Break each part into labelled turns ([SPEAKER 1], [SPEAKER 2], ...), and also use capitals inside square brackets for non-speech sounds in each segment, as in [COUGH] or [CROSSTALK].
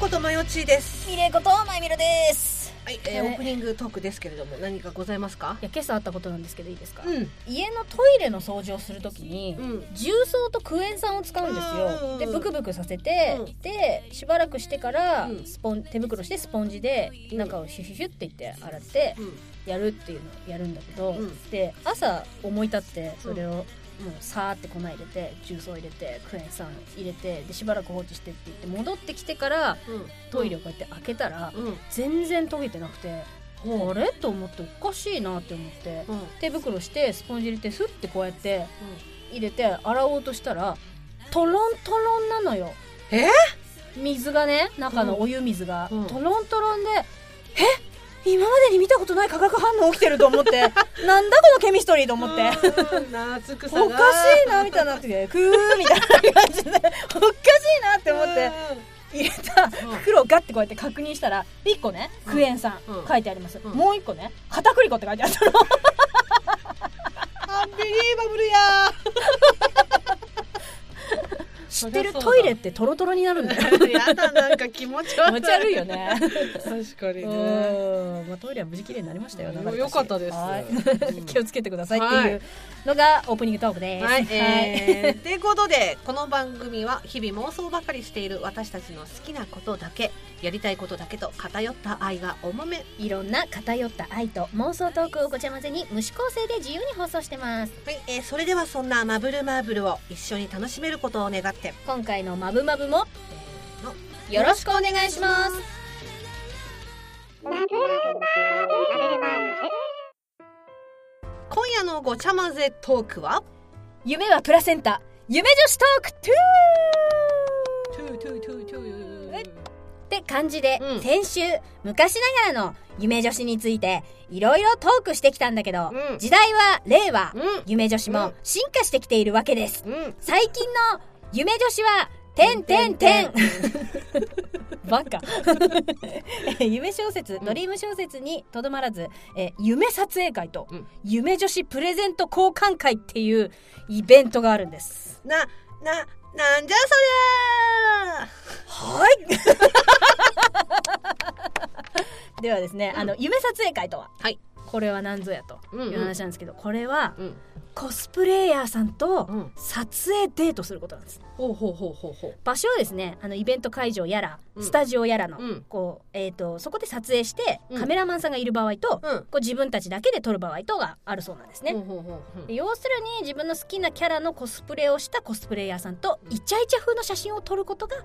[SPEAKER 1] ことまよちです
[SPEAKER 2] ミレイことまゆみろです
[SPEAKER 1] はい、えー
[SPEAKER 2] はい
[SPEAKER 1] オープニングトークですけれども何かございますか
[SPEAKER 2] いや今朝あったことなんですけどいいですか、
[SPEAKER 1] うん
[SPEAKER 2] 家のトイレの掃除をするときに、
[SPEAKER 1] うん
[SPEAKER 2] 重曹とクエン酸を使うんです
[SPEAKER 1] うん
[SPEAKER 2] よでブクブクさせて、
[SPEAKER 1] うん
[SPEAKER 2] でしばらくしてから、
[SPEAKER 1] うん
[SPEAKER 2] スポン手袋してスポンジで
[SPEAKER 1] うん
[SPEAKER 2] 中をシュシュシュっていって洗って
[SPEAKER 1] う
[SPEAKER 2] やるっていうのをやるんだけ
[SPEAKER 1] う
[SPEAKER 2] ど、
[SPEAKER 1] ん
[SPEAKER 2] で朝思い立ってそれを、もうさーって粉入れて重曹入れてクエン酸入れてでしばらく放置してって言って戻ってきてから
[SPEAKER 1] んうん
[SPEAKER 2] トイレをこうやって開けたら、
[SPEAKER 1] うんうん
[SPEAKER 2] 全然溶けてなくてあれと思っておかしいなって思って
[SPEAKER 1] うん
[SPEAKER 2] 手袋してスポンジ入れてスッてこうやって入れて洗おうとしたらトロントロンなのよ
[SPEAKER 1] え
[SPEAKER 2] 水がね中のお湯水が、
[SPEAKER 1] うん
[SPEAKER 2] トロントロンでえ今までに見たことない化学反応起きてると思って [LAUGHS] なんだこのケミストリーと思って
[SPEAKER 1] なつくさが
[SPEAKER 2] おかしいなみたいになっててクーみたいな感じでおかしいなって思って入れた袋をガッてこうやって確認したら1個ね
[SPEAKER 1] うん
[SPEAKER 2] クエン酸
[SPEAKER 1] うん
[SPEAKER 2] 書いてあります、
[SPEAKER 1] うん
[SPEAKER 2] もう1個ね片栗粉って書いてあったの
[SPEAKER 1] アンビリーバブルや
[SPEAKER 2] [LAUGHS] 知ってるトイレってトロトロになるんだよ
[SPEAKER 1] やだなんか気持ち
[SPEAKER 2] [LAUGHS] 気
[SPEAKER 1] 悪い
[SPEAKER 2] 持ち悪いよ [LAUGHS] ね
[SPEAKER 1] 確かにね
[SPEAKER 2] うん、まあ、トイレは無事綺麗になりましたよ
[SPEAKER 1] うん
[SPEAKER 2] 流れたし
[SPEAKER 1] よかったです
[SPEAKER 2] はい
[SPEAKER 1] うん
[SPEAKER 2] [LAUGHS] 気をつけてくださいっていうのがオープニングトークです
[SPEAKER 1] はい、えー、ということでこの番組は日々妄想ばかりしている私たちの好きなことだけやりたいことだけと偏った愛が重め
[SPEAKER 2] いろんな偏った愛と妄想トークをごちゃ混ぜに無視構成で自由に放送してます
[SPEAKER 1] はい、えーそれではそんなマブルマーブルを一緒に楽しめることを願って
[SPEAKER 2] 今回の「まぶまぶ」も
[SPEAKER 1] の
[SPEAKER 2] よろしくお願いします
[SPEAKER 1] 今夜のごちゃ混ぜトークは
[SPEAKER 2] 夢はプラセンタ夢女子トークトゥ
[SPEAKER 1] トゥートゥートゥートゥー
[SPEAKER 2] えって感じで、
[SPEAKER 1] うん
[SPEAKER 2] 先週昔ながらの夢女子についていろいろトークしてきたんだけど、
[SPEAKER 1] うん
[SPEAKER 2] 時代は令和、
[SPEAKER 1] う
[SPEAKER 2] 夢女子
[SPEAKER 1] う
[SPEAKER 2] も
[SPEAKER 1] ん
[SPEAKER 2] 進化してきているわけです
[SPEAKER 1] んうん
[SPEAKER 2] 最近の夢女子はてんてんてん
[SPEAKER 1] [LAUGHS]
[SPEAKER 2] バカ [LAUGHS] 夢小説
[SPEAKER 1] ん
[SPEAKER 2] ドリーム小説にとどまらず、えー夢撮影会と、
[SPEAKER 1] うん
[SPEAKER 2] 夢女子プレゼント交換会っていうイベントがあるんです
[SPEAKER 1] なななんじゃそ
[SPEAKER 2] はい [LAUGHS] ではですね、あの夢撮影会とは、
[SPEAKER 1] はい
[SPEAKER 2] これは何ぞやと
[SPEAKER 1] りゃ
[SPEAKER 2] いう話なんですけど、これは
[SPEAKER 1] うん
[SPEAKER 2] コスプレイヤーさんと
[SPEAKER 1] うん
[SPEAKER 2] 撮影デートすることなんです
[SPEAKER 1] ほうほうほうほうほう
[SPEAKER 2] 場所はですねあのイベント会場やら
[SPEAKER 1] うん
[SPEAKER 2] スタジオやらの、
[SPEAKER 1] うん
[SPEAKER 2] こうえー、とそこで撮影して
[SPEAKER 1] うん
[SPEAKER 2] カメラマンさんがいる場合と、こ
[SPEAKER 1] うん
[SPEAKER 2] う自分たちだけで撮る場合とがあるそうなんですね、
[SPEAKER 1] ほうほうほうほう
[SPEAKER 2] で要するに自分の好きなキャラのコスプレをしたコスプレイヤーさんとイチャイチャ風の写真を撮ることが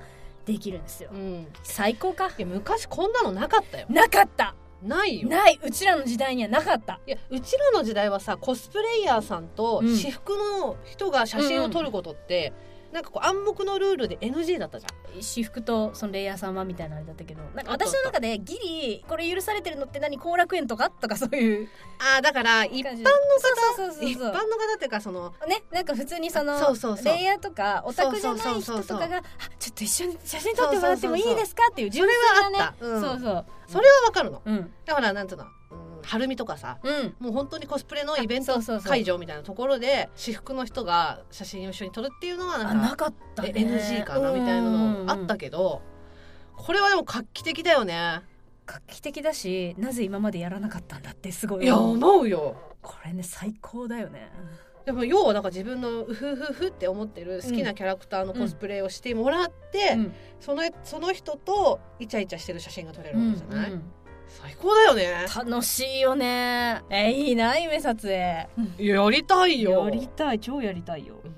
[SPEAKER 2] できるんですよ、
[SPEAKER 1] うん
[SPEAKER 2] 最高か
[SPEAKER 1] いや昔こんなのなかったよ
[SPEAKER 2] なかった
[SPEAKER 1] ないよ
[SPEAKER 2] ないうちらの時代にはなかった
[SPEAKER 1] いやうちらの時代はさコスプレイヤーさんと
[SPEAKER 2] うん
[SPEAKER 1] 私服の人が写真を撮ることって、なんかこう暗黙のルールで NG だったじゃん
[SPEAKER 2] 私服とそのレイヤーさんはみたいなあれだったけどなんか
[SPEAKER 1] あったあった
[SPEAKER 2] 私の中でギリこれ許されてるのって何後楽園とかとかそういう
[SPEAKER 1] ああだから一般
[SPEAKER 2] 感
[SPEAKER 1] の
[SPEAKER 2] じ
[SPEAKER 1] 方
[SPEAKER 2] そうそうそうそう
[SPEAKER 1] 一般の方っていうかその
[SPEAKER 2] ね、なんか普通にその
[SPEAKER 1] そうそうそう
[SPEAKER 2] レイヤーとかオタクじゃない人とかがあ「ちょっと一緒に写真撮ってもらってもいいですか?」っていう
[SPEAKER 1] それはあった、
[SPEAKER 2] 純粋なね、
[SPEAKER 1] うん
[SPEAKER 2] そう
[SPEAKER 1] それはわかるの
[SPEAKER 2] そううん
[SPEAKER 1] だからなんつうの、うん、はるみとかさ
[SPEAKER 2] うん
[SPEAKER 1] もう本当にコスプレのイベン
[SPEAKER 2] あ
[SPEAKER 1] ト
[SPEAKER 2] そうそうそう
[SPEAKER 1] 会場みたいなところで私服の人が写真を一緒に撮るっていうのは
[SPEAKER 2] あ
[SPEAKER 1] なんか
[SPEAKER 2] なかったね
[SPEAKER 1] え NG かなみたいなのあった
[SPEAKER 2] け
[SPEAKER 1] けどこれはでも画期的だよね
[SPEAKER 2] 画期的だしなぜ今までやらなかったんだってすごい
[SPEAKER 1] いや思うよ
[SPEAKER 2] これね最高だよね
[SPEAKER 1] でも要はなんか自分のうふふふって思ってる好きなキャラクターのコスプレをしてもらって、
[SPEAKER 2] うん
[SPEAKER 1] そのその人とイチャイチャしてる写真が撮れる
[SPEAKER 2] う
[SPEAKER 1] わ
[SPEAKER 2] ん
[SPEAKER 1] けじゃない、
[SPEAKER 2] うん
[SPEAKER 1] 最高だよね
[SPEAKER 2] 楽しいよねえいいな夢撮影
[SPEAKER 1] いややりたいよ
[SPEAKER 2] やりたい超やりたいよ
[SPEAKER 1] うん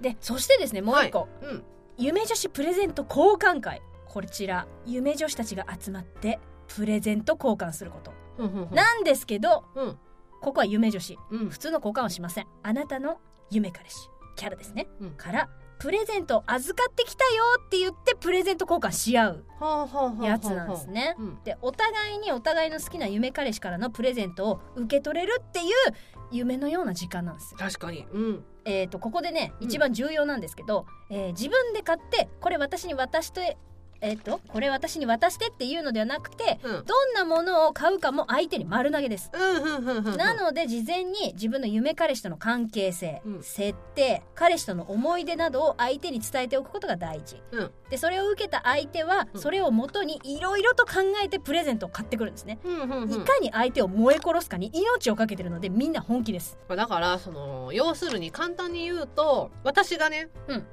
[SPEAKER 2] でそしてですねもう一個、
[SPEAKER 1] うん
[SPEAKER 2] 夢女子プレゼント交換会こちら夢女子たちが集まってプレゼント交換すること、
[SPEAKER 1] うんうん
[SPEAKER 2] なんですけど
[SPEAKER 1] うん
[SPEAKER 2] ここは夢女子
[SPEAKER 1] うん
[SPEAKER 2] 普通の交換はしませんあなたの夢彼氏キャラですね、
[SPEAKER 1] うん
[SPEAKER 2] からプレゼントを預かってきたよって言ってプレゼント交換し合う
[SPEAKER 1] はあはあはあはあ
[SPEAKER 2] やつなんですね
[SPEAKER 1] うん
[SPEAKER 2] でお互いにお互いの好きな夢彼氏からのプレゼントを受け取れるっていう夢のような時間なんですよ
[SPEAKER 1] 確かにうん
[SPEAKER 2] えー、とここでね
[SPEAKER 1] うん
[SPEAKER 2] 一番重要なんですけど、えー自分で買ってこれ私に渡してえっとこれ私に渡してっていうのではなくて
[SPEAKER 1] うん
[SPEAKER 2] どんなものを買うかも相手に丸投げです
[SPEAKER 1] うんうんうんうん
[SPEAKER 2] なので事前に自分の夢彼氏との関係性、
[SPEAKER 1] うん
[SPEAKER 2] 設定彼氏との思い出などを相手に伝えておくことが大事、
[SPEAKER 1] うん
[SPEAKER 2] でそれを受けた相手は
[SPEAKER 1] うん
[SPEAKER 2] それを元にいろいろと考えてプレゼントを買ってくるんですね、
[SPEAKER 1] うんうんうん
[SPEAKER 2] いかに相手を燃え殺すかに命をかけてるのでみんな本気です
[SPEAKER 1] まあだからその要するに簡単に言うと私がね、
[SPEAKER 2] うん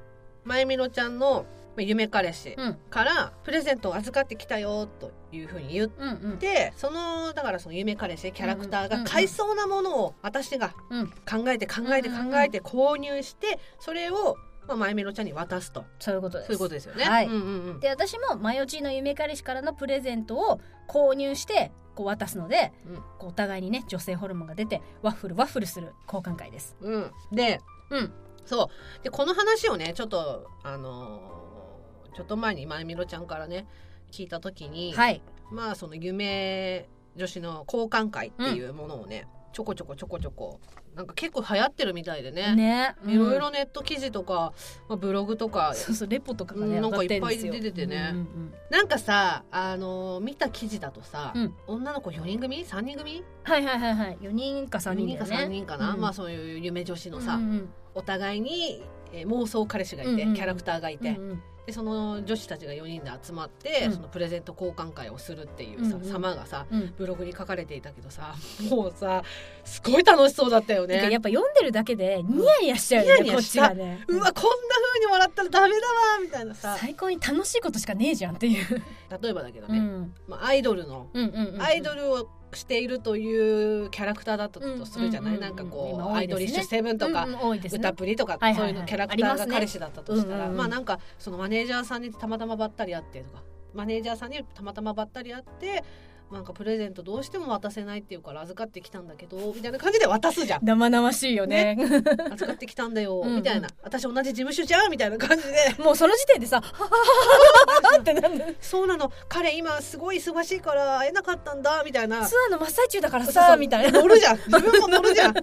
[SPEAKER 1] まゆみろちゃんのまあ夢彼氏
[SPEAKER 2] うん
[SPEAKER 1] からプレゼントを預かってきたよというふうに言っ
[SPEAKER 2] うんうん
[SPEAKER 1] てそのだからその夢彼氏キャラクターが買いそうなものを私が
[SPEAKER 2] うん
[SPEAKER 1] 考えて考えて考えて購入してそれをまあまゆみろちゃんに渡すと
[SPEAKER 2] そういうことです
[SPEAKER 1] そういうことですよね。
[SPEAKER 2] はい
[SPEAKER 1] うんうんうん
[SPEAKER 2] で私もマヨチーの夢彼氏からのプレゼントを購入してこう渡すので、
[SPEAKER 1] うん
[SPEAKER 2] こうお互いにね女性ホルモンが出てワッフルワッフルする交換会です
[SPEAKER 1] うん、で、
[SPEAKER 2] うん
[SPEAKER 1] そうでこの話をねちょっとあのーちょっと前にまゆみろちゃんからね聞いた時に、
[SPEAKER 2] はい
[SPEAKER 1] まあその夢女子の交換会っていうものをね、ちょこちょこちょこちょこなんか結構流行ってるみたいでね
[SPEAKER 2] ね
[SPEAKER 1] いろいろネット記事とか、まあ、ブログとか
[SPEAKER 2] そうそうレポとかが
[SPEAKER 1] う
[SPEAKER 2] ね
[SPEAKER 1] んなん
[SPEAKER 2] 上
[SPEAKER 1] か
[SPEAKER 2] が
[SPEAKER 1] い
[SPEAKER 2] っ
[SPEAKER 1] ってぱ
[SPEAKER 2] る
[SPEAKER 1] い
[SPEAKER 2] んですよ
[SPEAKER 1] 出ててね
[SPEAKER 2] うんうんうん
[SPEAKER 1] なんかさ、あのー見た記事だとさ、
[SPEAKER 2] うん
[SPEAKER 1] 女の子4人組 ?3 人組
[SPEAKER 2] はいはいはいはい4人か3
[SPEAKER 1] ?3
[SPEAKER 2] 人
[SPEAKER 1] 人
[SPEAKER 2] だ
[SPEAKER 1] か
[SPEAKER 2] よね
[SPEAKER 1] 3人かな、
[SPEAKER 2] うん
[SPEAKER 1] まあそういう夢女子のさ、
[SPEAKER 2] うんうん
[SPEAKER 1] お互いに、えー妄想彼氏がいて、
[SPEAKER 2] うんうん
[SPEAKER 1] キャラクターがいて、
[SPEAKER 2] うんうん
[SPEAKER 1] でその女子たちが4人で集まって、
[SPEAKER 2] うん
[SPEAKER 1] そのプレゼント交換会をするっていうさ、
[SPEAKER 2] うんうん
[SPEAKER 1] 様がさ
[SPEAKER 2] うん
[SPEAKER 1] ブログに書かれていたけどさもうさすごい楽しそうだったよ
[SPEAKER 2] てか
[SPEAKER 1] ね
[SPEAKER 2] やっぱ読んでるだけでニヤニヤしちゃうよ
[SPEAKER 1] ニヤニ
[SPEAKER 2] ねこ
[SPEAKER 1] ヤ
[SPEAKER 2] っ
[SPEAKER 1] し
[SPEAKER 2] ち
[SPEAKER 1] た
[SPEAKER 2] がね
[SPEAKER 1] うわこんな風に笑ったらダメだわみたいなさ
[SPEAKER 2] 最高に楽しいことしかねえじゃんっていう
[SPEAKER 1] 例えばだけど
[SPEAKER 2] うん
[SPEAKER 1] ね、まあ、アイドルの、
[SPEAKER 2] うんうんうん
[SPEAKER 1] アイドルをしているというキャラクターだった
[SPEAKER 2] うん
[SPEAKER 1] とするじゃない、
[SPEAKER 2] うんうんう
[SPEAKER 1] なん
[SPEAKER 2] ん
[SPEAKER 1] か
[SPEAKER 2] うん
[SPEAKER 1] こう、
[SPEAKER 2] 今多
[SPEAKER 1] ア
[SPEAKER 2] い
[SPEAKER 1] イ
[SPEAKER 2] ですね
[SPEAKER 1] ドリッシュセブンとか、
[SPEAKER 2] うんうん多いですね
[SPEAKER 1] 歌プリとか、
[SPEAKER 2] はいはいはい
[SPEAKER 1] そういうのキャラクターが彼氏だったとしたら、
[SPEAKER 2] ありますねうんうんうん
[SPEAKER 1] まあなんかそのマネージャーさんにたまたまばったり会ってとかマネージャーさんにたまたまばったり会ってなんかプレゼントどうしても渡せないっていうから預かってきたんだけどみたいな感じで渡すじゃん
[SPEAKER 2] 生々しいよね
[SPEAKER 1] 預かってきたんだよ
[SPEAKER 2] うんうん
[SPEAKER 1] みたいな私同じ事務所じゃんみたいな感じで
[SPEAKER 2] [LAUGHS] もうその時点でさ「ははははは」ってなんだ
[SPEAKER 1] そうなの彼今すごい忙しいから会えなかったんだみたいな
[SPEAKER 2] ツアーの真っ最中だから
[SPEAKER 1] そうそ
[SPEAKER 2] さ
[SPEAKER 1] う
[SPEAKER 2] みたいな
[SPEAKER 1] 乗るじ [LAUGHS] ゃん自分も乗るじゃん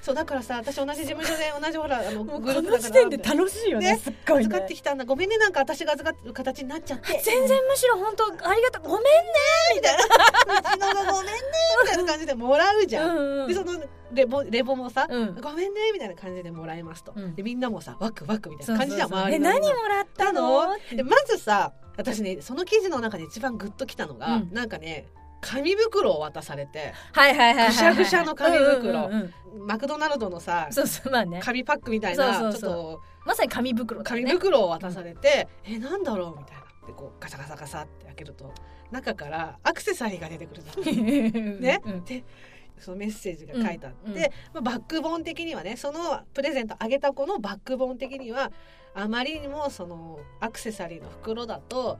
[SPEAKER 1] そうだからさ私同じ事務所で同じほらあの
[SPEAKER 2] もう
[SPEAKER 1] グル
[SPEAKER 2] こ
[SPEAKER 1] ープだか
[SPEAKER 2] の
[SPEAKER 1] ら
[SPEAKER 2] 時点で
[SPEAKER 1] みたいな
[SPEAKER 2] 楽しいよね
[SPEAKER 1] ね
[SPEAKER 2] すっごい
[SPEAKER 1] 預
[SPEAKER 2] ね
[SPEAKER 1] かってきたんだごめんねなんか私が預かってる形になっちゃ [LAUGHS] って
[SPEAKER 2] 全然むしろ本当ありがとうごめんねみたいな
[SPEAKER 1] うちのがごめんねみたいな感じでもらうじゃん。
[SPEAKER 2] うんうん
[SPEAKER 1] でそのレボレボもさ、
[SPEAKER 2] うん
[SPEAKER 1] ごめんねみたいな感じでもらえますと、
[SPEAKER 2] うん
[SPEAKER 1] でみんなもさワクワクみたい
[SPEAKER 2] そ
[SPEAKER 1] な
[SPEAKER 2] うそ
[SPEAKER 1] 感
[SPEAKER 2] う
[SPEAKER 1] じ
[SPEAKER 2] そう
[SPEAKER 1] じゃん周り
[SPEAKER 2] え
[SPEAKER 1] のみん
[SPEAKER 2] 何
[SPEAKER 1] な
[SPEAKER 2] もらったのって
[SPEAKER 1] でまずさ私ねその記事の中で一番グッときたのが、
[SPEAKER 2] うん
[SPEAKER 1] なんかね紙袋を渡されて
[SPEAKER 2] はいはいはいは
[SPEAKER 1] ぐ
[SPEAKER 2] いはい
[SPEAKER 1] しゃぐしゃの紙袋
[SPEAKER 2] うんうんうん
[SPEAKER 1] マクドナルドのさ
[SPEAKER 2] そうそうまあね
[SPEAKER 1] 紙パックみたいな
[SPEAKER 2] そうそうそう
[SPEAKER 1] ちょ
[SPEAKER 2] まさに紙袋
[SPEAKER 1] っと
[SPEAKER 2] だよ
[SPEAKER 1] 紙
[SPEAKER 2] ね
[SPEAKER 1] 袋を渡されて、えなんだろうみたいなでこうガサガサガサって開けると中からアクセサリーが出てくるの。
[SPEAKER 2] [LAUGHS]
[SPEAKER 1] ね
[SPEAKER 2] うんうん
[SPEAKER 1] でそのメッセージが書いてあって、
[SPEAKER 2] うんうん
[SPEAKER 1] まあ、バックボーン的にはねそのプレゼントあげた子のバックボーン的にはあまりにもそのアクセサリーの袋だと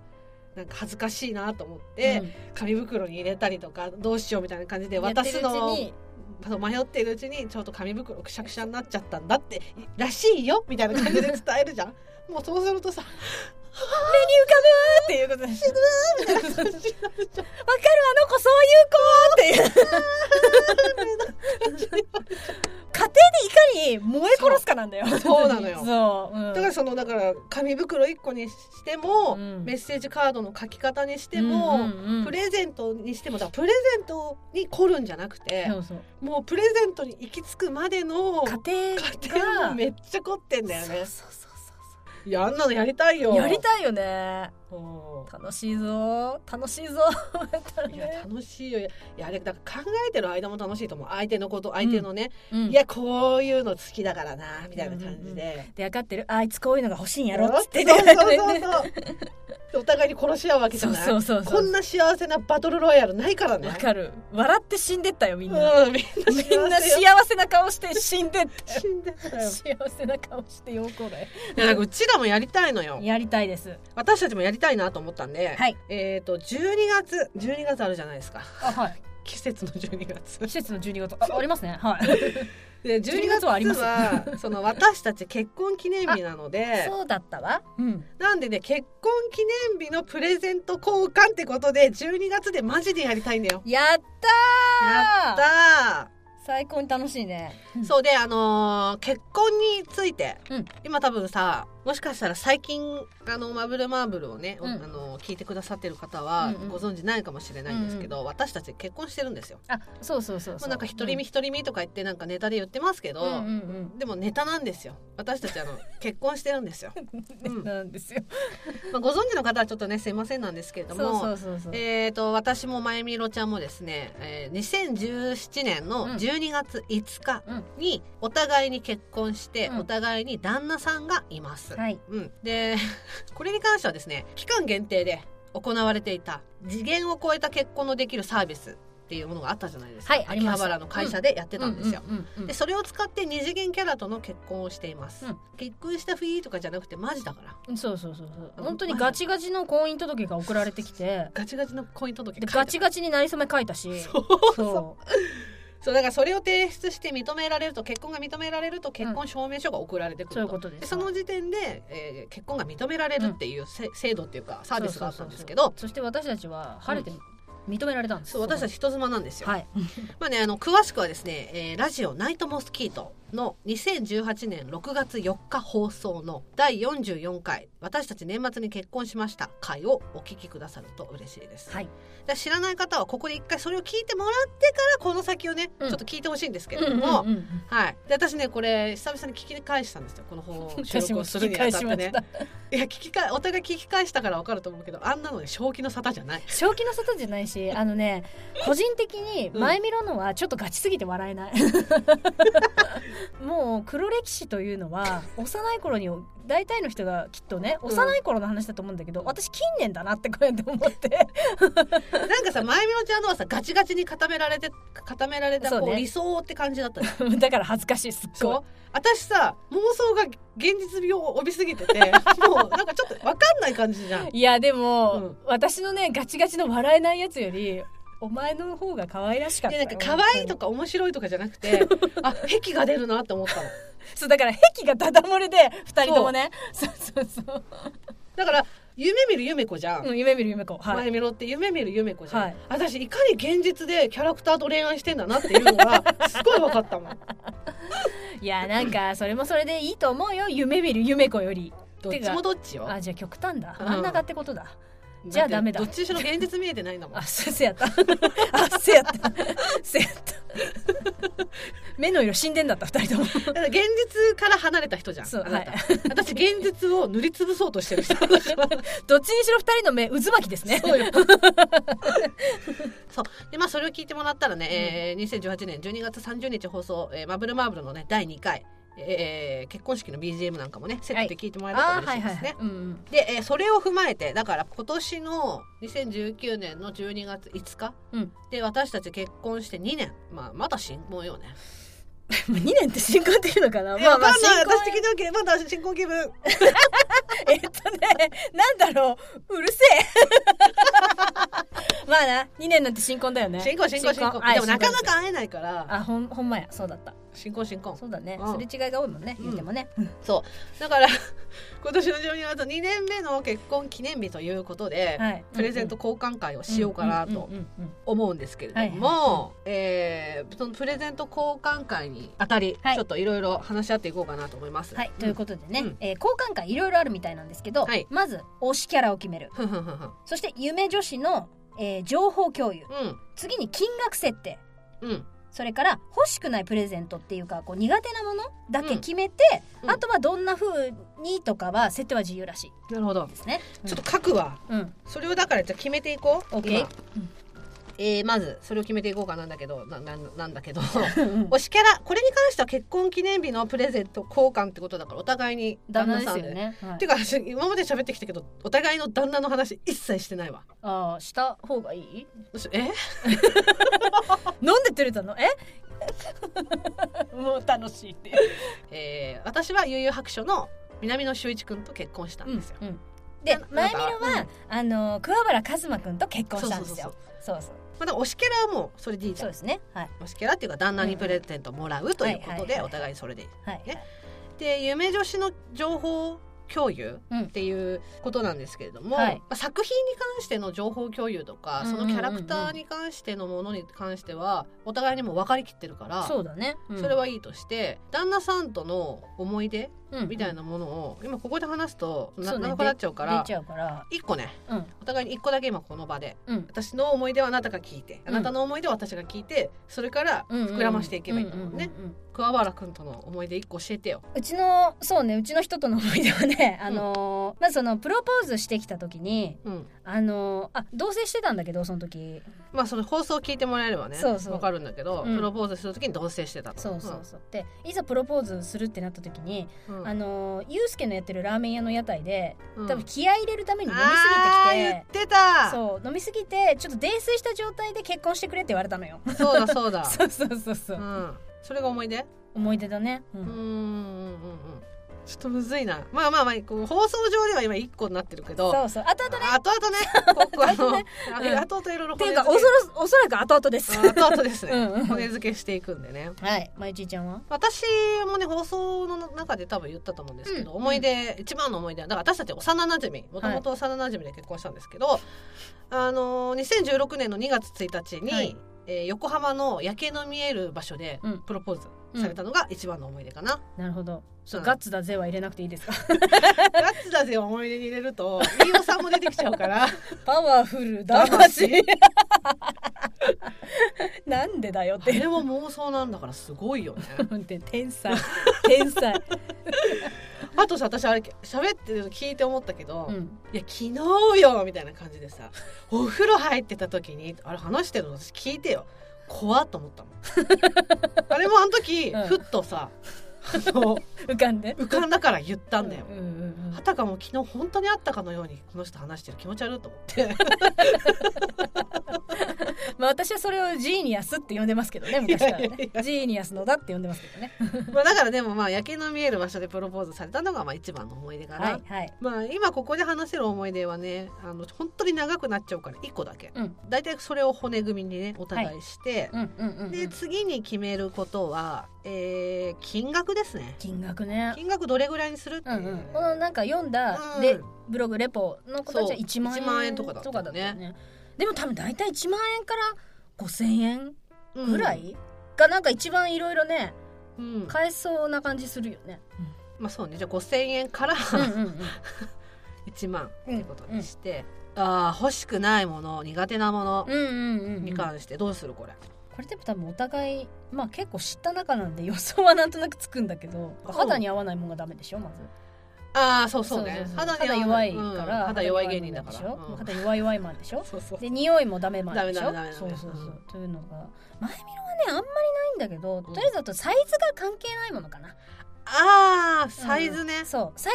[SPEAKER 1] なんか恥ずかしいなと思って、
[SPEAKER 2] うん
[SPEAKER 1] 紙袋に入れたりとかどうしようみたいな感じで渡すの
[SPEAKER 2] やっ
[SPEAKER 1] を
[SPEAKER 2] てるうちに
[SPEAKER 1] そう迷っているうちにちょっと紙袋くしゃくしゃになっちゃったんだってらしいよみたいな感じで伝えるじゃん。もうそうするとさ
[SPEAKER 2] っていうことです
[SPEAKER 1] みたいな感じになるじゃん
[SPEAKER 2] わかるあの子そういう子 [LAUGHS] っていう家庭でいかに燃え殺すかなんだよ
[SPEAKER 1] そうなのよ
[SPEAKER 2] そう、うん
[SPEAKER 1] だからそのだから紙袋1個にしても、
[SPEAKER 2] うん
[SPEAKER 1] メッセージカードの書き方にしても、
[SPEAKER 2] うんうんうん
[SPEAKER 1] プレゼントにしてもだからプレゼントに凝るんじゃなくて、
[SPEAKER 2] そうそう
[SPEAKER 1] もうプレゼントに行き着くまでの
[SPEAKER 2] 家
[SPEAKER 1] 過
[SPEAKER 2] 庭
[SPEAKER 1] 程
[SPEAKER 2] が
[SPEAKER 1] をめっちゃ凝ってんだよ
[SPEAKER 2] そう
[SPEAKER 1] ね
[SPEAKER 2] そうそうそう
[SPEAKER 1] いやあんなのやりたいよ
[SPEAKER 2] やりたいよね
[SPEAKER 1] うん
[SPEAKER 2] 楽しいぞ楽しいぞ
[SPEAKER 1] いや楽しいよいやいやあれだから考えてる間も楽しいと思う相手のこと相手のね、
[SPEAKER 2] うん
[SPEAKER 1] いやこういうの好きだからなみたいな感じで、
[SPEAKER 2] で分かってるあいつこういうのが欲しいんやろっつって
[SPEAKER 1] そうそうそうそうでお互いに殺し合うわけじ
[SPEAKER 2] そ
[SPEAKER 1] ゃ
[SPEAKER 2] う
[SPEAKER 1] ない
[SPEAKER 2] そう [LAUGHS] そう
[SPEAKER 1] こんな幸せなバトルロイヤルないからね
[SPEAKER 2] わかる笑って死んでったよみんな、
[SPEAKER 1] うんみんな
[SPEAKER 2] みんな
[SPEAKER 1] 幸
[SPEAKER 2] 幸せな顔して死んでっ
[SPEAKER 1] せ死んで
[SPEAKER 2] た
[SPEAKER 1] た
[SPEAKER 2] よ
[SPEAKER 1] よ
[SPEAKER 2] 幸せな顔して陽光だよ
[SPEAKER 1] いやなんかうちらもやりたいのよ
[SPEAKER 2] [LAUGHS] やりたいです
[SPEAKER 1] 私たちもやりたいなと思ったんで、
[SPEAKER 2] はい
[SPEAKER 1] えっ、と12月12月あるじゃないですか
[SPEAKER 2] あはい
[SPEAKER 1] 季節の12月
[SPEAKER 2] 季節の12月あありますねはい
[SPEAKER 1] で
[SPEAKER 2] 12
[SPEAKER 1] 12
[SPEAKER 2] 月
[SPEAKER 1] 月
[SPEAKER 2] は
[SPEAKER 1] は
[SPEAKER 2] あります
[SPEAKER 1] その私たち結婚記念日なので
[SPEAKER 2] そうだったわうん
[SPEAKER 1] なんでね結婚記念日のプレゼント交換ってことで12月でマジでやりたいんだよ
[SPEAKER 2] やったー
[SPEAKER 1] やった
[SPEAKER 2] 最高に楽しいね
[SPEAKER 1] ーそうであのー結婚について、
[SPEAKER 2] うん
[SPEAKER 1] 今多分さもしかしたら最近あのマブルマーブルをね、お
[SPEAKER 2] うん
[SPEAKER 1] あの聞いてくださってる方は
[SPEAKER 2] うんうん
[SPEAKER 1] ご存知ないかもしれないんですけど、私たち結婚してるんですよ。
[SPEAKER 2] あそうそうそう
[SPEAKER 1] も
[SPEAKER 2] そうう
[SPEAKER 1] なんか独り身独り身とか言ってなんかネタで言ってますけど、
[SPEAKER 2] うんうん
[SPEAKER 1] でもネタなんですよ。私たちあの結婚してるんですよ。
[SPEAKER 2] う
[SPEAKER 1] うん
[SPEAKER 2] ん、なんですよ。
[SPEAKER 1] まあご存知の方はちょっとねすいませんなんですけれども。
[SPEAKER 2] そうそうそうそう。
[SPEAKER 1] えー、と私もまゆみろちゃんもですね、えー2017年の
[SPEAKER 2] うん
[SPEAKER 1] 12月5日
[SPEAKER 2] うん
[SPEAKER 1] にお互いに結婚して、
[SPEAKER 2] うん
[SPEAKER 1] お互いに旦那さんがいます、
[SPEAKER 2] はい。
[SPEAKER 1] うん、で [LAUGHS] これに関してはですね期間限定で行われていた次元を超えた結婚のできるサービスっていうものがあったじゃないですか、
[SPEAKER 2] はいあり
[SPEAKER 1] 秋
[SPEAKER 2] ま
[SPEAKER 1] 葉
[SPEAKER 2] した
[SPEAKER 1] 原の会社でやってたんですよ、
[SPEAKER 2] うんうんうんうん
[SPEAKER 1] でそれを使って二次元キャラとの結婚をしています、
[SPEAKER 2] うん
[SPEAKER 1] 結婚したふいーとかじゃなくてマジだから
[SPEAKER 2] うんそうそうそうそう。本当にガチガチの婚姻届が送られてきて、
[SPEAKER 1] ガチガチの婚姻届
[SPEAKER 2] で
[SPEAKER 1] 書いてあ
[SPEAKER 2] ガ
[SPEAKER 1] る
[SPEAKER 2] チガチになりそめ書いたし、
[SPEAKER 1] そう
[SPEAKER 2] そ
[SPEAKER 1] そうだからそれを提出して認められると結婚が認められると結婚証明書が送られて
[SPEAKER 2] う
[SPEAKER 1] く
[SPEAKER 2] そう
[SPEAKER 1] る
[SPEAKER 2] いう
[SPEAKER 1] と。
[SPEAKER 2] ことで。
[SPEAKER 1] ですその時点で、えー結婚が認められるっていうせ、制度っていうかサービスがあったんですけど
[SPEAKER 2] そうそうそうそうそして私たちは晴れて認められたんです。
[SPEAKER 1] そう私たち人妻なんですよ、
[SPEAKER 2] はい。
[SPEAKER 1] まあね、あの詳しくはですね、えーラジオ「ナイト・モスキート」の2018年6月4日放送の第44回「私たち年末に結婚しました」回をお聞きくださると嬉しいです、
[SPEAKER 2] はい。
[SPEAKER 1] で知らない方はここで一回それを聞いてもらってからこの先をね、
[SPEAKER 2] うん
[SPEAKER 1] ちょっと聞いてほしいんですけれども、
[SPEAKER 2] うんうんうん
[SPEAKER 1] はい、で私ねこれ久々に聞き返したんですよこの本を収
[SPEAKER 2] [LAUGHS] 私
[SPEAKER 1] 録
[SPEAKER 2] も
[SPEAKER 1] をする
[SPEAKER 2] 聞
[SPEAKER 1] に
[SPEAKER 2] き
[SPEAKER 1] あ
[SPEAKER 2] 返
[SPEAKER 1] たっ
[SPEAKER 2] してまし
[SPEAKER 1] ね
[SPEAKER 2] た。
[SPEAKER 1] いや聞き返お互い聞き返したから分かると思うけどあんなのね正気の沙汰じゃない
[SPEAKER 2] 正気の沙汰じゃないし、あの
[SPEAKER 1] [LAUGHS]
[SPEAKER 2] ね、個人的に前見ろのはちょっとガチすぎて笑
[SPEAKER 1] [LAUGHS]
[SPEAKER 2] えない。もう黒歴史という
[SPEAKER 1] [LAUGHS]
[SPEAKER 2] のは幼い頃に大体の人がきっとね
[SPEAKER 1] うん
[SPEAKER 2] 幼い頃の話だと思うんだけど、私近年だなってこうやって思って
[SPEAKER 1] なん
[SPEAKER 2] [LAUGHS]
[SPEAKER 1] かさまゆみのちゃんのはさガチガチに固められて固められた
[SPEAKER 2] そう
[SPEAKER 1] こ
[SPEAKER 2] ね
[SPEAKER 1] う理想って感じだったじゃん
[SPEAKER 2] だから恥ずかしいすっごい
[SPEAKER 1] そう私さ妄想が現実味を帯びすぎ
[SPEAKER 2] [LAUGHS]
[SPEAKER 1] ててもうなんかちょっと分かんない感じじゃん
[SPEAKER 2] いやでも、
[SPEAKER 1] うん
[SPEAKER 2] 私のねガチガチの笑えないやつよりお前の方が可愛らしかった
[SPEAKER 1] で
[SPEAKER 2] よ
[SPEAKER 1] なんか可愛いとか面白いとかじゃなく
[SPEAKER 2] [LAUGHS]
[SPEAKER 1] てあ癖が出るなって思ったの
[SPEAKER 2] そうだから癖がダダ漏れで二人ともねそうそうそう
[SPEAKER 1] だから夢見る夢子じゃん、
[SPEAKER 2] うん夢見る夢子はい
[SPEAKER 1] 前見ろって夢見る夢子じゃん、
[SPEAKER 2] はい
[SPEAKER 1] 私いかに現実でキャラクターと恋愛してんだなっていうの
[SPEAKER 2] [LAUGHS]
[SPEAKER 1] がすごい分かったもん
[SPEAKER 2] いやなんかそれもそれでいいと思うよ夢見る夢子より
[SPEAKER 1] どっちもどっちよ
[SPEAKER 2] あじゃあ極端だ
[SPEAKER 1] うん
[SPEAKER 2] 真ん中ってことだ、じゃあダメだ
[SPEAKER 1] どっちにしろ現実見えてないん
[SPEAKER 2] [LAUGHS]
[SPEAKER 1] だもん
[SPEAKER 2] あせせやったあせやったせやった目の色死んでんだった二人とも
[SPEAKER 1] だから現実から離れた人じゃん
[SPEAKER 2] そう
[SPEAKER 1] あなた、
[SPEAKER 2] はい
[SPEAKER 1] 私現実を塗りつぶそうとしてる
[SPEAKER 2] [LAUGHS]
[SPEAKER 1] 人
[SPEAKER 2] どっちにしろ二人の目渦巻きですね
[SPEAKER 1] そうよそうでまあそれを聞いてもらったらね、えー2018年12月30日放送「えーマブルマーブル」のね第2回、えー結婚式の BGM なんかもねセットで聞いてもらえたら
[SPEAKER 2] あー
[SPEAKER 1] 嬉
[SPEAKER 2] は
[SPEAKER 1] し
[SPEAKER 2] い
[SPEAKER 1] いで
[SPEAKER 2] は
[SPEAKER 1] すね、
[SPEAKER 2] いはい、うん
[SPEAKER 1] で、えーそれを踏まえてだから今年の2019年の12月5日、
[SPEAKER 2] うん
[SPEAKER 1] で私たち結婚して2年、まあ、まだ新婚よね、
[SPEAKER 2] うん、2年って進行できるのかな
[SPEAKER 1] えわかんない
[SPEAKER 2] 進行
[SPEAKER 1] 私的にはまだ新婚気分
[SPEAKER 2] [LAUGHS] えっとねなんだろううるせえ [LAUGHS] まあな2年なんて新婚だよね
[SPEAKER 1] 新婚新婚新婚
[SPEAKER 2] はい
[SPEAKER 1] でもなかな
[SPEAKER 2] 新婚
[SPEAKER 1] か会えないから
[SPEAKER 2] あほんほんまやそうだった
[SPEAKER 1] 新婚新婚
[SPEAKER 2] そうだね、
[SPEAKER 1] うん
[SPEAKER 2] すれ違いが多いもんね
[SPEAKER 1] うん
[SPEAKER 2] 言うてもね、
[SPEAKER 1] だから [LAUGHS] 今年の12月2年目の結婚記念日ということで、
[SPEAKER 2] はい
[SPEAKER 1] プレゼント交換会をしようかなと
[SPEAKER 2] うんうんうんうん
[SPEAKER 1] 思うんですけれども、
[SPEAKER 2] はい
[SPEAKER 1] えーそのプレゼント交換会にあたり、
[SPEAKER 2] はい
[SPEAKER 1] ちょっといろいろ話し合っていこうかなと思います。
[SPEAKER 2] はい、ということでね、
[SPEAKER 1] うん
[SPEAKER 2] えー交換会いろいろあるみたいなんですけど、
[SPEAKER 1] はい
[SPEAKER 2] まず推しキャラを決める
[SPEAKER 1] と。ふんふんふんふん
[SPEAKER 2] そして夢女子の、えー情報共有
[SPEAKER 1] うん
[SPEAKER 2] 次に金額設定
[SPEAKER 1] うん
[SPEAKER 2] それから欲しくないプレゼントっていうかこう苦手なものだけ決めて、
[SPEAKER 1] うん
[SPEAKER 2] あとはどんな風にとかは設定は自由らしい
[SPEAKER 1] なるほど
[SPEAKER 2] ですね。
[SPEAKER 1] ちょっと書くわ
[SPEAKER 2] うん、うん、
[SPEAKER 1] それをだからじゃあ決めていこう
[SPEAKER 2] OK
[SPEAKER 1] 今
[SPEAKER 2] うん
[SPEAKER 1] えーまずそれを決めていこうかなんだけどなななんだけど [LAUGHS] 推
[SPEAKER 2] うん
[SPEAKER 1] しキャラこれに関しては結婚記念日のプレゼント交換ってことだからお互いに
[SPEAKER 2] 旦那
[SPEAKER 1] さ
[SPEAKER 2] さ
[SPEAKER 1] ん
[SPEAKER 2] んですよね。はい
[SPEAKER 1] てか私今まで喋ってきたけどお互いの旦那の話一切してないわ
[SPEAKER 2] ああした方がいい？
[SPEAKER 1] 私え
[SPEAKER 2] なんで照れ
[SPEAKER 1] [LAUGHS]
[SPEAKER 2] たの？え？もう楽しいって。
[SPEAKER 1] えー私は悠々白書の南野修一君と結婚したんですよ、
[SPEAKER 2] うんで
[SPEAKER 1] な
[SPEAKER 2] 前見ろ
[SPEAKER 1] なん
[SPEAKER 2] は、あの桑原和馬くんと結婚したんですよ。そうそう
[SPEAKER 1] まあ、でも推しキャラはもうそれでいいじゃ
[SPEAKER 2] そうんですね。はい
[SPEAKER 1] 推しキャラっていうか旦那にプレゼントもらうというこ
[SPEAKER 2] はい
[SPEAKER 1] と
[SPEAKER 2] はいはい
[SPEAKER 1] で
[SPEAKER 2] はい
[SPEAKER 1] お互いそれでいい
[SPEAKER 2] はい。
[SPEAKER 1] で夢女子の情報共有
[SPEAKER 2] うん
[SPEAKER 1] っていうことなんですけれども、
[SPEAKER 2] はい
[SPEAKER 1] まあ作品に関しての情報共有とか、そのキャラクターに関してのものに関してはお互いにもう分かりきってるから
[SPEAKER 2] そうだね、
[SPEAKER 1] それはいいとして旦那さんとの思い出みたい
[SPEAKER 2] な
[SPEAKER 1] なものを今ここで話すとな
[SPEAKER 2] そうね
[SPEAKER 1] 長くなっちゃうから
[SPEAKER 2] 出ちゃうから
[SPEAKER 1] 一個ね
[SPEAKER 2] うん
[SPEAKER 1] お互いに一個だけ今この場で
[SPEAKER 2] うん
[SPEAKER 1] 私の思い出はあなたが聞いてあ
[SPEAKER 2] うん
[SPEAKER 1] なたの思い出は私が聞いてそれから膨らましていけばいいんだもんね
[SPEAKER 2] うううんうん
[SPEAKER 1] 桑原君との思い出一個教えてよ。
[SPEAKER 2] うちのそうねうちの人との思い出はね、あのーまずそのプロポーズしてきた時に
[SPEAKER 1] うん、
[SPEAKER 2] あのーあ同棲してたんだけどその時
[SPEAKER 1] まあその放送を聞いてもらえればね
[SPEAKER 2] そうそう
[SPEAKER 1] わかるんだけど、
[SPEAKER 2] うん
[SPEAKER 1] プロポーズするときに同棲してたと
[SPEAKER 2] そうそうそう、でいざプロポーズするってなった時に、
[SPEAKER 1] うんうん
[SPEAKER 2] あのーゆうすけのやってるラーメン屋の屋台で
[SPEAKER 1] うん
[SPEAKER 2] 多分気合い入れるために飲み
[SPEAKER 1] あ
[SPEAKER 2] すぎ
[SPEAKER 1] ー
[SPEAKER 2] てきて。
[SPEAKER 1] 言ってたそ
[SPEAKER 2] そう飲みすぎてちょっと泥酔した状態で結婚してくれって言われたのよ
[SPEAKER 1] うだそうだ
[SPEAKER 2] [LAUGHS] そうそうそうそうう、
[SPEAKER 1] ん、それが思い出
[SPEAKER 2] 思い出だね、う
[SPEAKER 1] うんんうんうんうんちょっとむずいなまあまあまあこう放送上では今一個になってるけど
[SPEAKER 2] そうそう後々ね
[SPEAKER 1] 後々
[SPEAKER 2] [LAUGHS]
[SPEAKER 1] ね僕はあの
[SPEAKER 2] うん
[SPEAKER 1] 後々いろいろ
[SPEAKER 2] って
[SPEAKER 1] 骨付
[SPEAKER 2] いうかおそらおそらく後々です
[SPEAKER 1] けうん後々ですね
[SPEAKER 2] うんうん
[SPEAKER 1] 骨付けしていくんでね
[SPEAKER 2] はいまゆちーちゃんは
[SPEAKER 1] 私もね放送の中で多分言ったと思うんですけど、
[SPEAKER 2] うん
[SPEAKER 1] 思い出、一番の思い出はだから私たち幼なじみもともと幼なじみで結婚したんですけど、あのー2016年の2月1日に、
[SPEAKER 2] はい
[SPEAKER 1] えー横浜の夜景の見える場所で
[SPEAKER 2] うん
[SPEAKER 1] プロポーズされたのが一番の思い出か
[SPEAKER 2] [LAUGHS]
[SPEAKER 1] な。
[SPEAKER 2] なるほどそう、
[SPEAKER 1] うん
[SPEAKER 2] ガッツだぜは入れなくていいですか
[SPEAKER 1] ガッツだぜ思い出に入れる
[SPEAKER 2] [LAUGHS]
[SPEAKER 1] と飯尾さんも出てきちゃうから
[SPEAKER 2] パワフルだ
[SPEAKER 1] 魂
[SPEAKER 2] [LAUGHS] なんでだよっ
[SPEAKER 1] あれ
[SPEAKER 2] て
[SPEAKER 1] は妄想なんだからすごいよね。[LAUGHS]
[SPEAKER 2] 天才天才、
[SPEAKER 1] あとさ私あれ喋ってるの聞いて思ったけど、
[SPEAKER 2] うん、
[SPEAKER 1] いや昨日よみたいな感じでさお風呂入ってた時にあれ話してるの私聞いてよ怖っと思
[SPEAKER 2] [LAUGHS]
[SPEAKER 1] ったもんあれもあの時、
[SPEAKER 2] うん
[SPEAKER 1] ふっとさあの
[SPEAKER 2] 浮かんで
[SPEAKER 1] 浮かんだから言ったんだよ、
[SPEAKER 2] うんうんうん
[SPEAKER 1] あたかも昨日本当にあったかのようにこの人話してる気持ち悪いと思って
[SPEAKER 2] まあ私はそれをジーニアスって呼んでますけどね昔から
[SPEAKER 1] いやいや
[SPEAKER 2] ね
[SPEAKER 1] いや
[SPEAKER 2] ジーニアスのだって呼んでますけどね
[SPEAKER 1] [LAUGHS] まあだからでもまあ夜景の見える場所でプロポーズされたのがまあ一番の思い出かな、
[SPEAKER 2] はいはい
[SPEAKER 1] まあ今ここで話せる思い出はねあの本当に長くなっちゃうから1個だけ
[SPEAKER 2] うん
[SPEAKER 1] 大体それを骨組みにねお互いして、
[SPEAKER 2] うんうんうんう
[SPEAKER 1] で
[SPEAKER 2] ん
[SPEAKER 1] 次に決めることは、えー金額ですね
[SPEAKER 2] 金額ね
[SPEAKER 1] 金額どれぐらいにするって
[SPEAKER 2] う
[SPEAKER 1] い
[SPEAKER 2] ん
[SPEAKER 1] う、
[SPEAKER 2] うんこのなんか読んだ
[SPEAKER 1] うん
[SPEAKER 2] でブログレポの子たちは1万円
[SPEAKER 1] 1万円とかだったよね
[SPEAKER 2] よねでも多分大体1万円から5000円
[SPEAKER 1] うん
[SPEAKER 2] ぐらい、がなんか一番いろいろね
[SPEAKER 1] うん
[SPEAKER 2] 買えそうな感じするよね。
[SPEAKER 1] まあそうねじゃあ5,000円から
[SPEAKER 2] うんうんうん
[SPEAKER 1] 1万ってことにして、ああ欲しくないもの苦手なもの
[SPEAKER 2] うんうんうんうん
[SPEAKER 1] に関してどうするこれ、
[SPEAKER 2] これでも多分お互いまあ結構知った仲なんで予想はなんとなくつくんだけど
[SPEAKER 1] あそう
[SPEAKER 2] 肌に合わないもんがダメでしょまず
[SPEAKER 1] ああそうそうね
[SPEAKER 2] そうそうそう
[SPEAKER 1] 肌に合わ
[SPEAKER 2] 弱
[SPEAKER 1] ない
[SPEAKER 2] いから、
[SPEAKER 1] うん肌弱い芸人だか
[SPEAKER 2] で
[SPEAKER 1] ら
[SPEAKER 2] しょ
[SPEAKER 1] うん
[SPEAKER 2] 肌弱い弱いマンでしょ
[SPEAKER 1] そうそう
[SPEAKER 2] で匂いもダメマンでしょ
[SPEAKER 1] ダメダメダメ
[SPEAKER 2] そうそうそう、
[SPEAKER 1] うん
[SPEAKER 2] というのが前見ろはねあんまりないんだけど、
[SPEAKER 1] ん
[SPEAKER 2] とりあえずだとサイズが関係ないものかな
[SPEAKER 1] ああサイズね、
[SPEAKER 2] そうサイ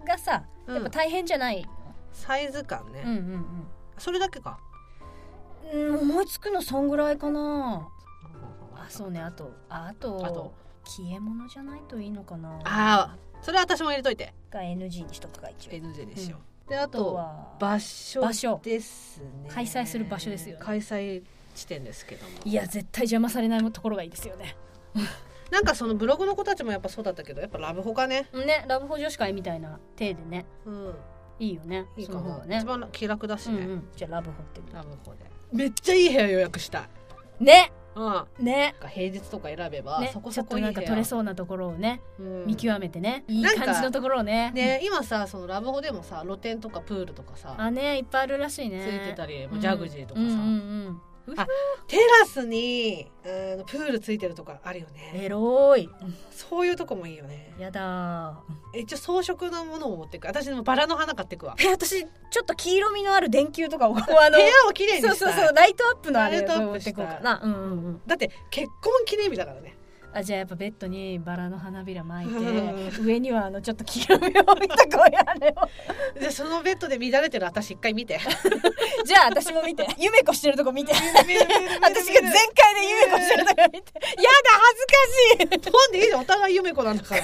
[SPEAKER 2] ズがさ
[SPEAKER 1] うん
[SPEAKER 2] やっぱ大変じゃない、
[SPEAKER 1] サイズ感ね、
[SPEAKER 2] うん、うんうん
[SPEAKER 1] それだけか
[SPEAKER 2] うん思いつくのそんぐらいかなあそうねあとああと
[SPEAKER 1] あと
[SPEAKER 2] 消え物じゃないといいのかな
[SPEAKER 1] ああそれは私も入れといて
[SPEAKER 2] が NG にしとくか一応
[SPEAKER 1] NJ にしよう、であ
[SPEAKER 2] あと
[SPEAKER 1] と
[SPEAKER 2] は
[SPEAKER 1] 場所
[SPEAKER 2] 場所
[SPEAKER 1] ですね
[SPEAKER 2] 開催する場所ですよね
[SPEAKER 1] 開催地点ですけども
[SPEAKER 2] いや絶対邪魔されないところがいいですよね
[SPEAKER 1] なんかそのブログの子たちもやっぱそうだったけどやっぱラブホかね
[SPEAKER 2] ねラブホ女子会みたいな体でね
[SPEAKER 1] うん
[SPEAKER 2] いいよね
[SPEAKER 1] いい
[SPEAKER 2] そ
[SPEAKER 1] か
[SPEAKER 2] の方
[SPEAKER 1] な、
[SPEAKER 2] がね
[SPEAKER 1] 一番気楽だし
[SPEAKER 2] うん
[SPEAKER 1] ね、
[SPEAKER 2] うんじゃあラブホってみ
[SPEAKER 1] ラブホでめっちゃいい部屋予約したい
[SPEAKER 2] るね
[SPEAKER 1] うんなん
[SPEAKER 2] ね
[SPEAKER 1] か平日とか選べば、
[SPEAKER 2] ね
[SPEAKER 1] そこ
[SPEAKER 2] ちょ
[SPEAKER 1] そ
[SPEAKER 2] っ
[SPEAKER 1] こといい部
[SPEAKER 2] な
[SPEAKER 1] 屋
[SPEAKER 2] んか取れそうなところをね、
[SPEAKER 1] うん
[SPEAKER 2] 見極めてねいい
[SPEAKER 1] なんか
[SPEAKER 2] 感じのところをね
[SPEAKER 1] ね今さそのラブホでもさ露店とかプールとかさ
[SPEAKER 2] あねいっぱいあるらし
[SPEAKER 1] つ
[SPEAKER 2] いね
[SPEAKER 1] いてた
[SPEAKER 2] り
[SPEAKER 1] り、もうジャグジーとかさ、
[SPEAKER 2] うんうんうん
[SPEAKER 1] あテラスに、うん、プールついてるとかあるよね
[SPEAKER 2] エロい
[SPEAKER 1] そういうとこもいいよね
[SPEAKER 2] やだ
[SPEAKER 1] 一応装飾のものを持ってく私でもバラの花買ってくわ
[SPEAKER 2] ーえ私ちょっと黄色みのある電球とかを [LAUGHS] あの
[SPEAKER 1] 部屋をきれいに
[SPEAKER 2] そう
[SPEAKER 1] した
[SPEAKER 2] そ
[SPEAKER 1] いう
[SPEAKER 2] そうライトアップのあれ
[SPEAKER 1] ライトアッ
[SPEAKER 2] を
[SPEAKER 1] プ
[SPEAKER 2] 持って
[SPEAKER 1] した
[SPEAKER 2] こうかなうんうんうん
[SPEAKER 1] だって結婚記念日だからね
[SPEAKER 2] あじゃあやっぱベッドにバラの花びら巻いて
[SPEAKER 1] う
[SPEAKER 2] 上にはあのちょっと黄色みを見たこれあれを
[SPEAKER 1] でそのベッドで乱れてる私一回見て
[SPEAKER 2] [LAUGHS] じゃあ私も見て夢子してるとこ見て私
[SPEAKER 1] 見る見る見る見る
[SPEAKER 2] が全開で夢子してるとこ [LAUGHS] 見てやだ恥ずかしい
[SPEAKER 1] 飛んでいいじゃんお互い夢子なんだから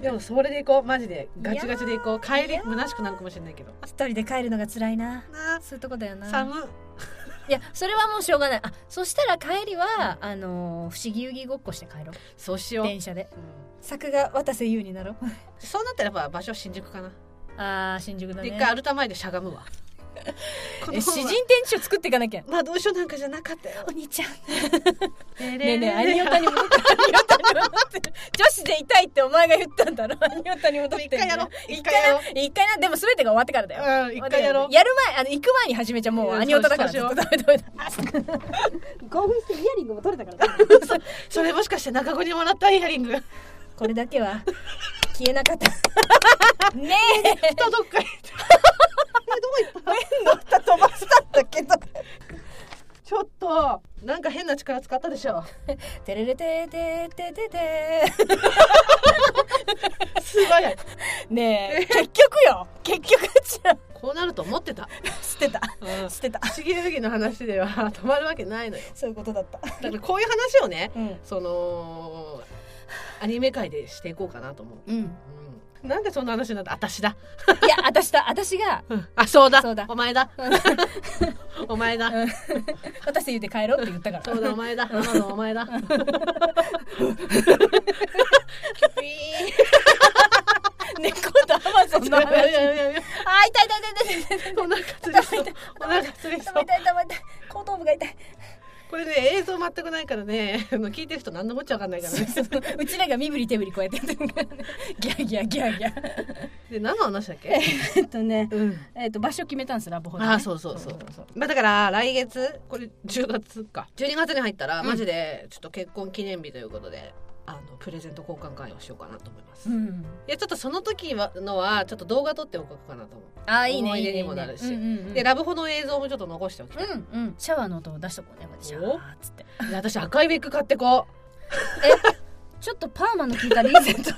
[SPEAKER 1] でもそれでいこうマジでガチガチでいこう帰り虚しくなるかもしれないけど
[SPEAKER 2] 一人で帰るのが辛いな
[SPEAKER 1] な
[SPEAKER 2] そういうとこだよな
[SPEAKER 1] 寒
[SPEAKER 2] いやそれはもうしょうがないあそしたら帰りは、あのー不思議遊戯ごっこして帰ろう
[SPEAKER 1] そうしよう、うん
[SPEAKER 2] 電車で作画渡瀬優になろう
[SPEAKER 1] そうなったらやっぱ場所は新宿かな、
[SPEAKER 2] あー新宿だ
[SPEAKER 1] で
[SPEAKER 2] ね
[SPEAKER 1] 一回アルタ前でしゃがむわこ
[SPEAKER 2] え
[SPEAKER 1] の
[SPEAKER 2] 詩
[SPEAKER 1] 詩
[SPEAKER 2] 人
[SPEAKER 1] 人
[SPEAKER 2] 展示を作っていかなきゃ
[SPEAKER 1] まあどうしようなんかじゃなかったよ
[SPEAKER 2] お兄ちゃんね
[SPEAKER 1] ねえ
[SPEAKER 2] えねえアニオタに戻ってアニオタに戻って女子でいたいってお前が言ったんだろアニオタに戻って
[SPEAKER 1] 一回やろう
[SPEAKER 2] 一
[SPEAKER 1] 一回
[SPEAKER 2] 回や
[SPEAKER 1] や
[SPEAKER 2] ろ
[SPEAKER 1] ろ
[SPEAKER 2] う一回なでも全てが終わってからだよ
[SPEAKER 1] うん一回やろう
[SPEAKER 2] やる前あの行く前に始めちゃもう
[SPEAKER 1] うん
[SPEAKER 2] アニオタだから
[SPEAKER 1] そうしよう
[SPEAKER 2] ダメダメだ
[SPEAKER 3] 興奮してイヤリングも取れたからね
[SPEAKER 1] それもしかして中子にもらったイヤリング
[SPEAKER 2] これだけは消えなかったねえ
[SPEAKER 1] 蓋どっかに
[SPEAKER 2] 乗った飛ばしたんだけど
[SPEAKER 1] ちょっとなんか変な力使ったでしょ
[SPEAKER 2] てれれててててて
[SPEAKER 1] すごい
[SPEAKER 2] ねえ結局よ結局じゃん
[SPEAKER 1] こうなると思ってた、
[SPEAKER 2] 捨てた
[SPEAKER 1] うん
[SPEAKER 2] 捨てた
[SPEAKER 1] 不思議遊戯の話では止まるわけないのよ
[SPEAKER 2] そういうことだった
[SPEAKER 1] だからこういう話をね
[SPEAKER 2] うん
[SPEAKER 1] そのアニメ界でしていこうかなと思う、
[SPEAKER 2] うん
[SPEAKER 1] うん、なんでそんな話になった私だ、
[SPEAKER 2] いや私だ私が
[SPEAKER 1] うんあそうだ
[SPEAKER 2] そうだ
[SPEAKER 1] お前だお前だ、
[SPEAKER 2] うん私言うて帰ろうって言ったから
[SPEAKER 1] そうだお前
[SPEAKER 2] [LAUGHS]
[SPEAKER 1] だ今のお前だキュピ
[SPEAKER 2] 猫とアマゾン
[SPEAKER 1] ー
[SPEAKER 2] [LAUGHS] の
[SPEAKER 1] やめよう
[SPEAKER 2] 話
[SPEAKER 1] やめようやめよ
[SPEAKER 2] あー痛い痛い痛い痛い痛いう
[SPEAKER 1] お腹つりそうお腹つりそ
[SPEAKER 2] 頭
[SPEAKER 1] う
[SPEAKER 2] 痛い頭痛い後頭部が痛い
[SPEAKER 1] これね映像全くないからねあの聞いてる人何のこっちゃわかんないからね
[SPEAKER 2] うちらが身振り手振りこうやってやってるからねギャーギャーギャーギャー
[SPEAKER 1] で何の話だっけ、
[SPEAKER 2] えっとね
[SPEAKER 1] うん
[SPEAKER 2] えっと場所決めたんですラブホでね
[SPEAKER 1] ああそうそうそうまあだから来月これ10月か12月に入ったら
[SPEAKER 2] うん
[SPEAKER 1] マジでちょっと結婚記念日ということで、あのプレゼント交換会をしようかなと思います、
[SPEAKER 2] う
[SPEAKER 1] い
[SPEAKER 2] ん
[SPEAKER 1] やちょっとその時はのはちょっと動画撮っておこうかなと思う、
[SPEAKER 2] ああいいね
[SPEAKER 1] 思い出
[SPEAKER 2] いいね
[SPEAKER 1] にもなるし
[SPEAKER 2] いいねうんうんうん
[SPEAKER 1] でラブホの映像もちょっと残しておきたい、
[SPEAKER 2] うんうんシャワーの音を出しとこうねまたシャワーっつって
[SPEAKER 1] で私赤いウィッグ買ってこ
[SPEAKER 2] ちょっとパーマの効いたリーゼント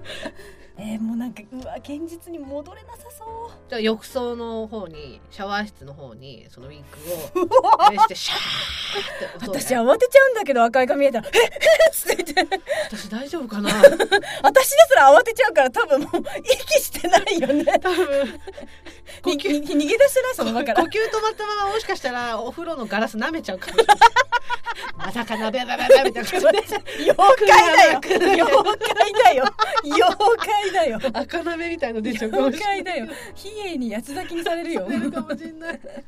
[SPEAKER 2] [LAUGHS] えー、もうなんかうわ現実に戻れなさそう
[SPEAKER 1] うじゃあ浴槽の方にシャワー室の方にそのウィッグを出してシャーって音をね
[SPEAKER 2] 私慌てちゃうんだけど赤い髪見えたら「えっ!」って言って
[SPEAKER 1] 私大丈夫かな
[SPEAKER 2] 私ですら慌てちゃうから多分もう息してないよね
[SPEAKER 1] [LAUGHS] 多分呼
[SPEAKER 2] に
[SPEAKER 1] 吸
[SPEAKER 2] に逃げ出してないその場から
[SPEAKER 1] 呼吸止まったままもしかしたらお風呂のガラス舐めちゃうかもしれ [LAUGHS] ないまさかなべべべべみたいな感じ
[SPEAKER 2] 妖
[SPEAKER 1] 来
[SPEAKER 2] 怪だ
[SPEAKER 1] る
[SPEAKER 2] よ
[SPEAKER 1] な
[SPEAKER 2] 妖怪だよ妖怪だよ
[SPEAKER 1] で赤なべみたいの出ちゃうかも
[SPEAKER 2] 妖
[SPEAKER 1] しれ
[SPEAKER 2] 怪
[SPEAKER 1] ない
[SPEAKER 2] だよ比叡に八つ咲きにされる
[SPEAKER 1] [LAUGHS]
[SPEAKER 2] よ
[SPEAKER 1] 出るかもしれない
[SPEAKER 2] え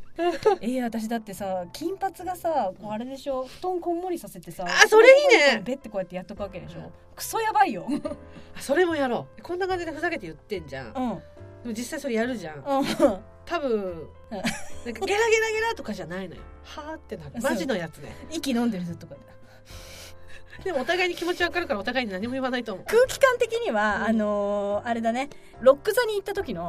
[SPEAKER 2] ー、私だってさ金髪がさこうあれでしょ布団こんもりさせてさ
[SPEAKER 1] あそれいいね
[SPEAKER 2] ベッてこうやってやっとくわけでし
[SPEAKER 1] う
[SPEAKER 2] ょ
[SPEAKER 1] ん
[SPEAKER 2] クソやばいようん
[SPEAKER 1] あそれもやろうこんな感じでふざけて言ってんじゃんで
[SPEAKER 2] うん
[SPEAKER 1] も実際それやるじゃん多分
[SPEAKER 2] うん
[SPEAKER 1] なんかゲラゲラゲラとかじゃないのよはーってなるマジのやつね
[SPEAKER 2] 息飲んでるずっとこうやって
[SPEAKER 1] でもお互いに気持ちわかるからお互いに何も言わないと思う
[SPEAKER 2] 空気感的に
[SPEAKER 1] う
[SPEAKER 2] は、
[SPEAKER 1] ん
[SPEAKER 2] あのーあれだねロック座に行った時
[SPEAKER 1] [LAUGHS]
[SPEAKER 2] の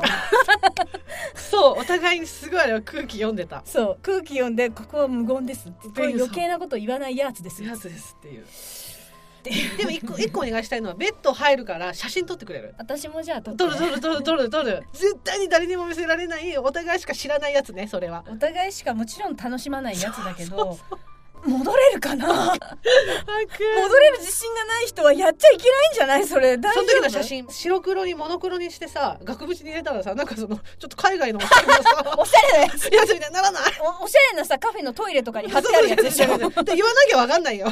[SPEAKER 1] そうお互いにすごいあれは空気読んでた
[SPEAKER 2] そう空気読んでここは無言ですこれ余計なこと言わないやつです
[SPEAKER 1] や
[SPEAKER 2] よ
[SPEAKER 1] つですっていう
[SPEAKER 2] て
[SPEAKER 1] で
[SPEAKER 2] い
[SPEAKER 1] も [LAUGHS] 一個一個お願いしたいのはベッド入るから写真撮ってくれる
[SPEAKER 2] 私もじゃあ撮って
[SPEAKER 1] 撮る撮る撮る撮る撮る [LAUGHS] 絶対に誰にも見せられないお互いしか知らないやつねそれは
[SPEAKER 2] お互いしかもちろん楽しまないやつだけど戻れるかな戻れる自信がない人はやっちゃいけないんじゃないそれ大丈
[SPEAKER 1] そ
[SPEAKER 2] 夫
[SPEAKER 1] の時の写真白黒にモノクロにしてさ額縁に入れたらさなんかそのちょっと海外 [LAUGHS] のおしゃれなさ
[SPEAKER 2] おしゃれなやつ
[SPEAKER 1] やつみたいにならない
[SPEAKER 2] おおしゃれなさカフェのトイレとかに貼ってあるやつでしょ
[SPEAKER 1] そうそうそうで言わなきゃわかんないよ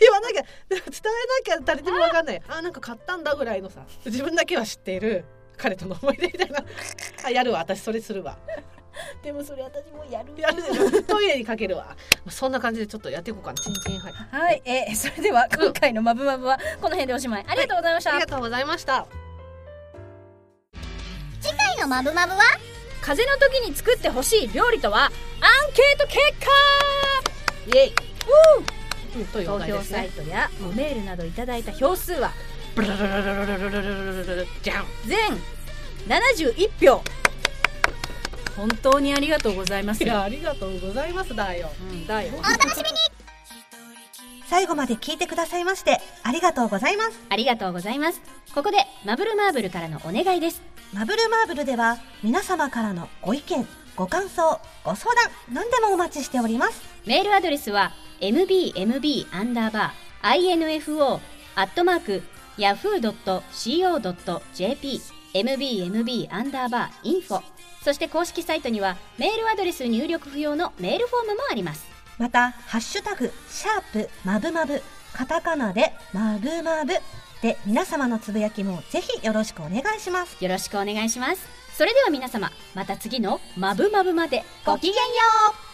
[SPEAKER 1] 言わなきゃ伝えなきゃ誰にもわかんないあなんか買ったんだぐらいのさ自分だけは知っている彼との思い出みたいなあやるわ私それするわ
[SPEAKER 2] でもそれ私もやる
[SPEAKER 1] やるでしょトイレにかけるわそんな感じでちょっとやっていこうかなチンチンはい
[SPEAKER 2] はい、えー、それでは今回の「まぶまぶ」はこの辺でおしまいありがとうございました、
[SPEAKER 1] ありがとうございました
[SPEAKER 3] 次回のマブマブは
[SPEAKER 2] 風邪の時に作ってほしい料理とはアンケート結果
[SPEAKER 1] イエイうんというお
[SPEAKER 2] 投
[SPEAKER 1] 題で
[SPEAKER 2] 票
[SPEAKER 1] す
[SPEAKER 2] サイ
[SPEAKER 1] ね
[SPEAKER 2] トやおメールなどいただいた票数は
[SPEAKER 1] ブルルルルルルルルルルルじゃん
[SPEAKER 2] 全71票本当にありがとうございます
[SPEAKER 1] いやありがとうございますだよ
[SPEAKER 2] うんだよ
[SPEAKER 4] 最後まで聞いてくださいまして、ありがとうございます。
[SPEAKER 5] ありがとうございます。ここで、マブルマーブルからのお願いです。
[SPEAKER 4] マブルマーブルでは、皆様からのご意見、ご感想、ご相談、何でもお待ちしております。
[SPEAKER 5] メールアドレスは、mbmb-info
[SPEAKER 2] アットマーク yahoo.co.jp mbmb アンダーバーインフォそして公式サイトにはメールアドレス入力不要のメールフォームもあります
[SPEAKER 4] また、ハッシュタグ、シャープ、まぶまぶ、カタカナで、まぶまぶで、皆様のつぶやきもぜひよろしくお願いします。
[SPEAKER 2] よろしくお願いしますそれでは皆様また次の「まぶまぶ」までごきげんよう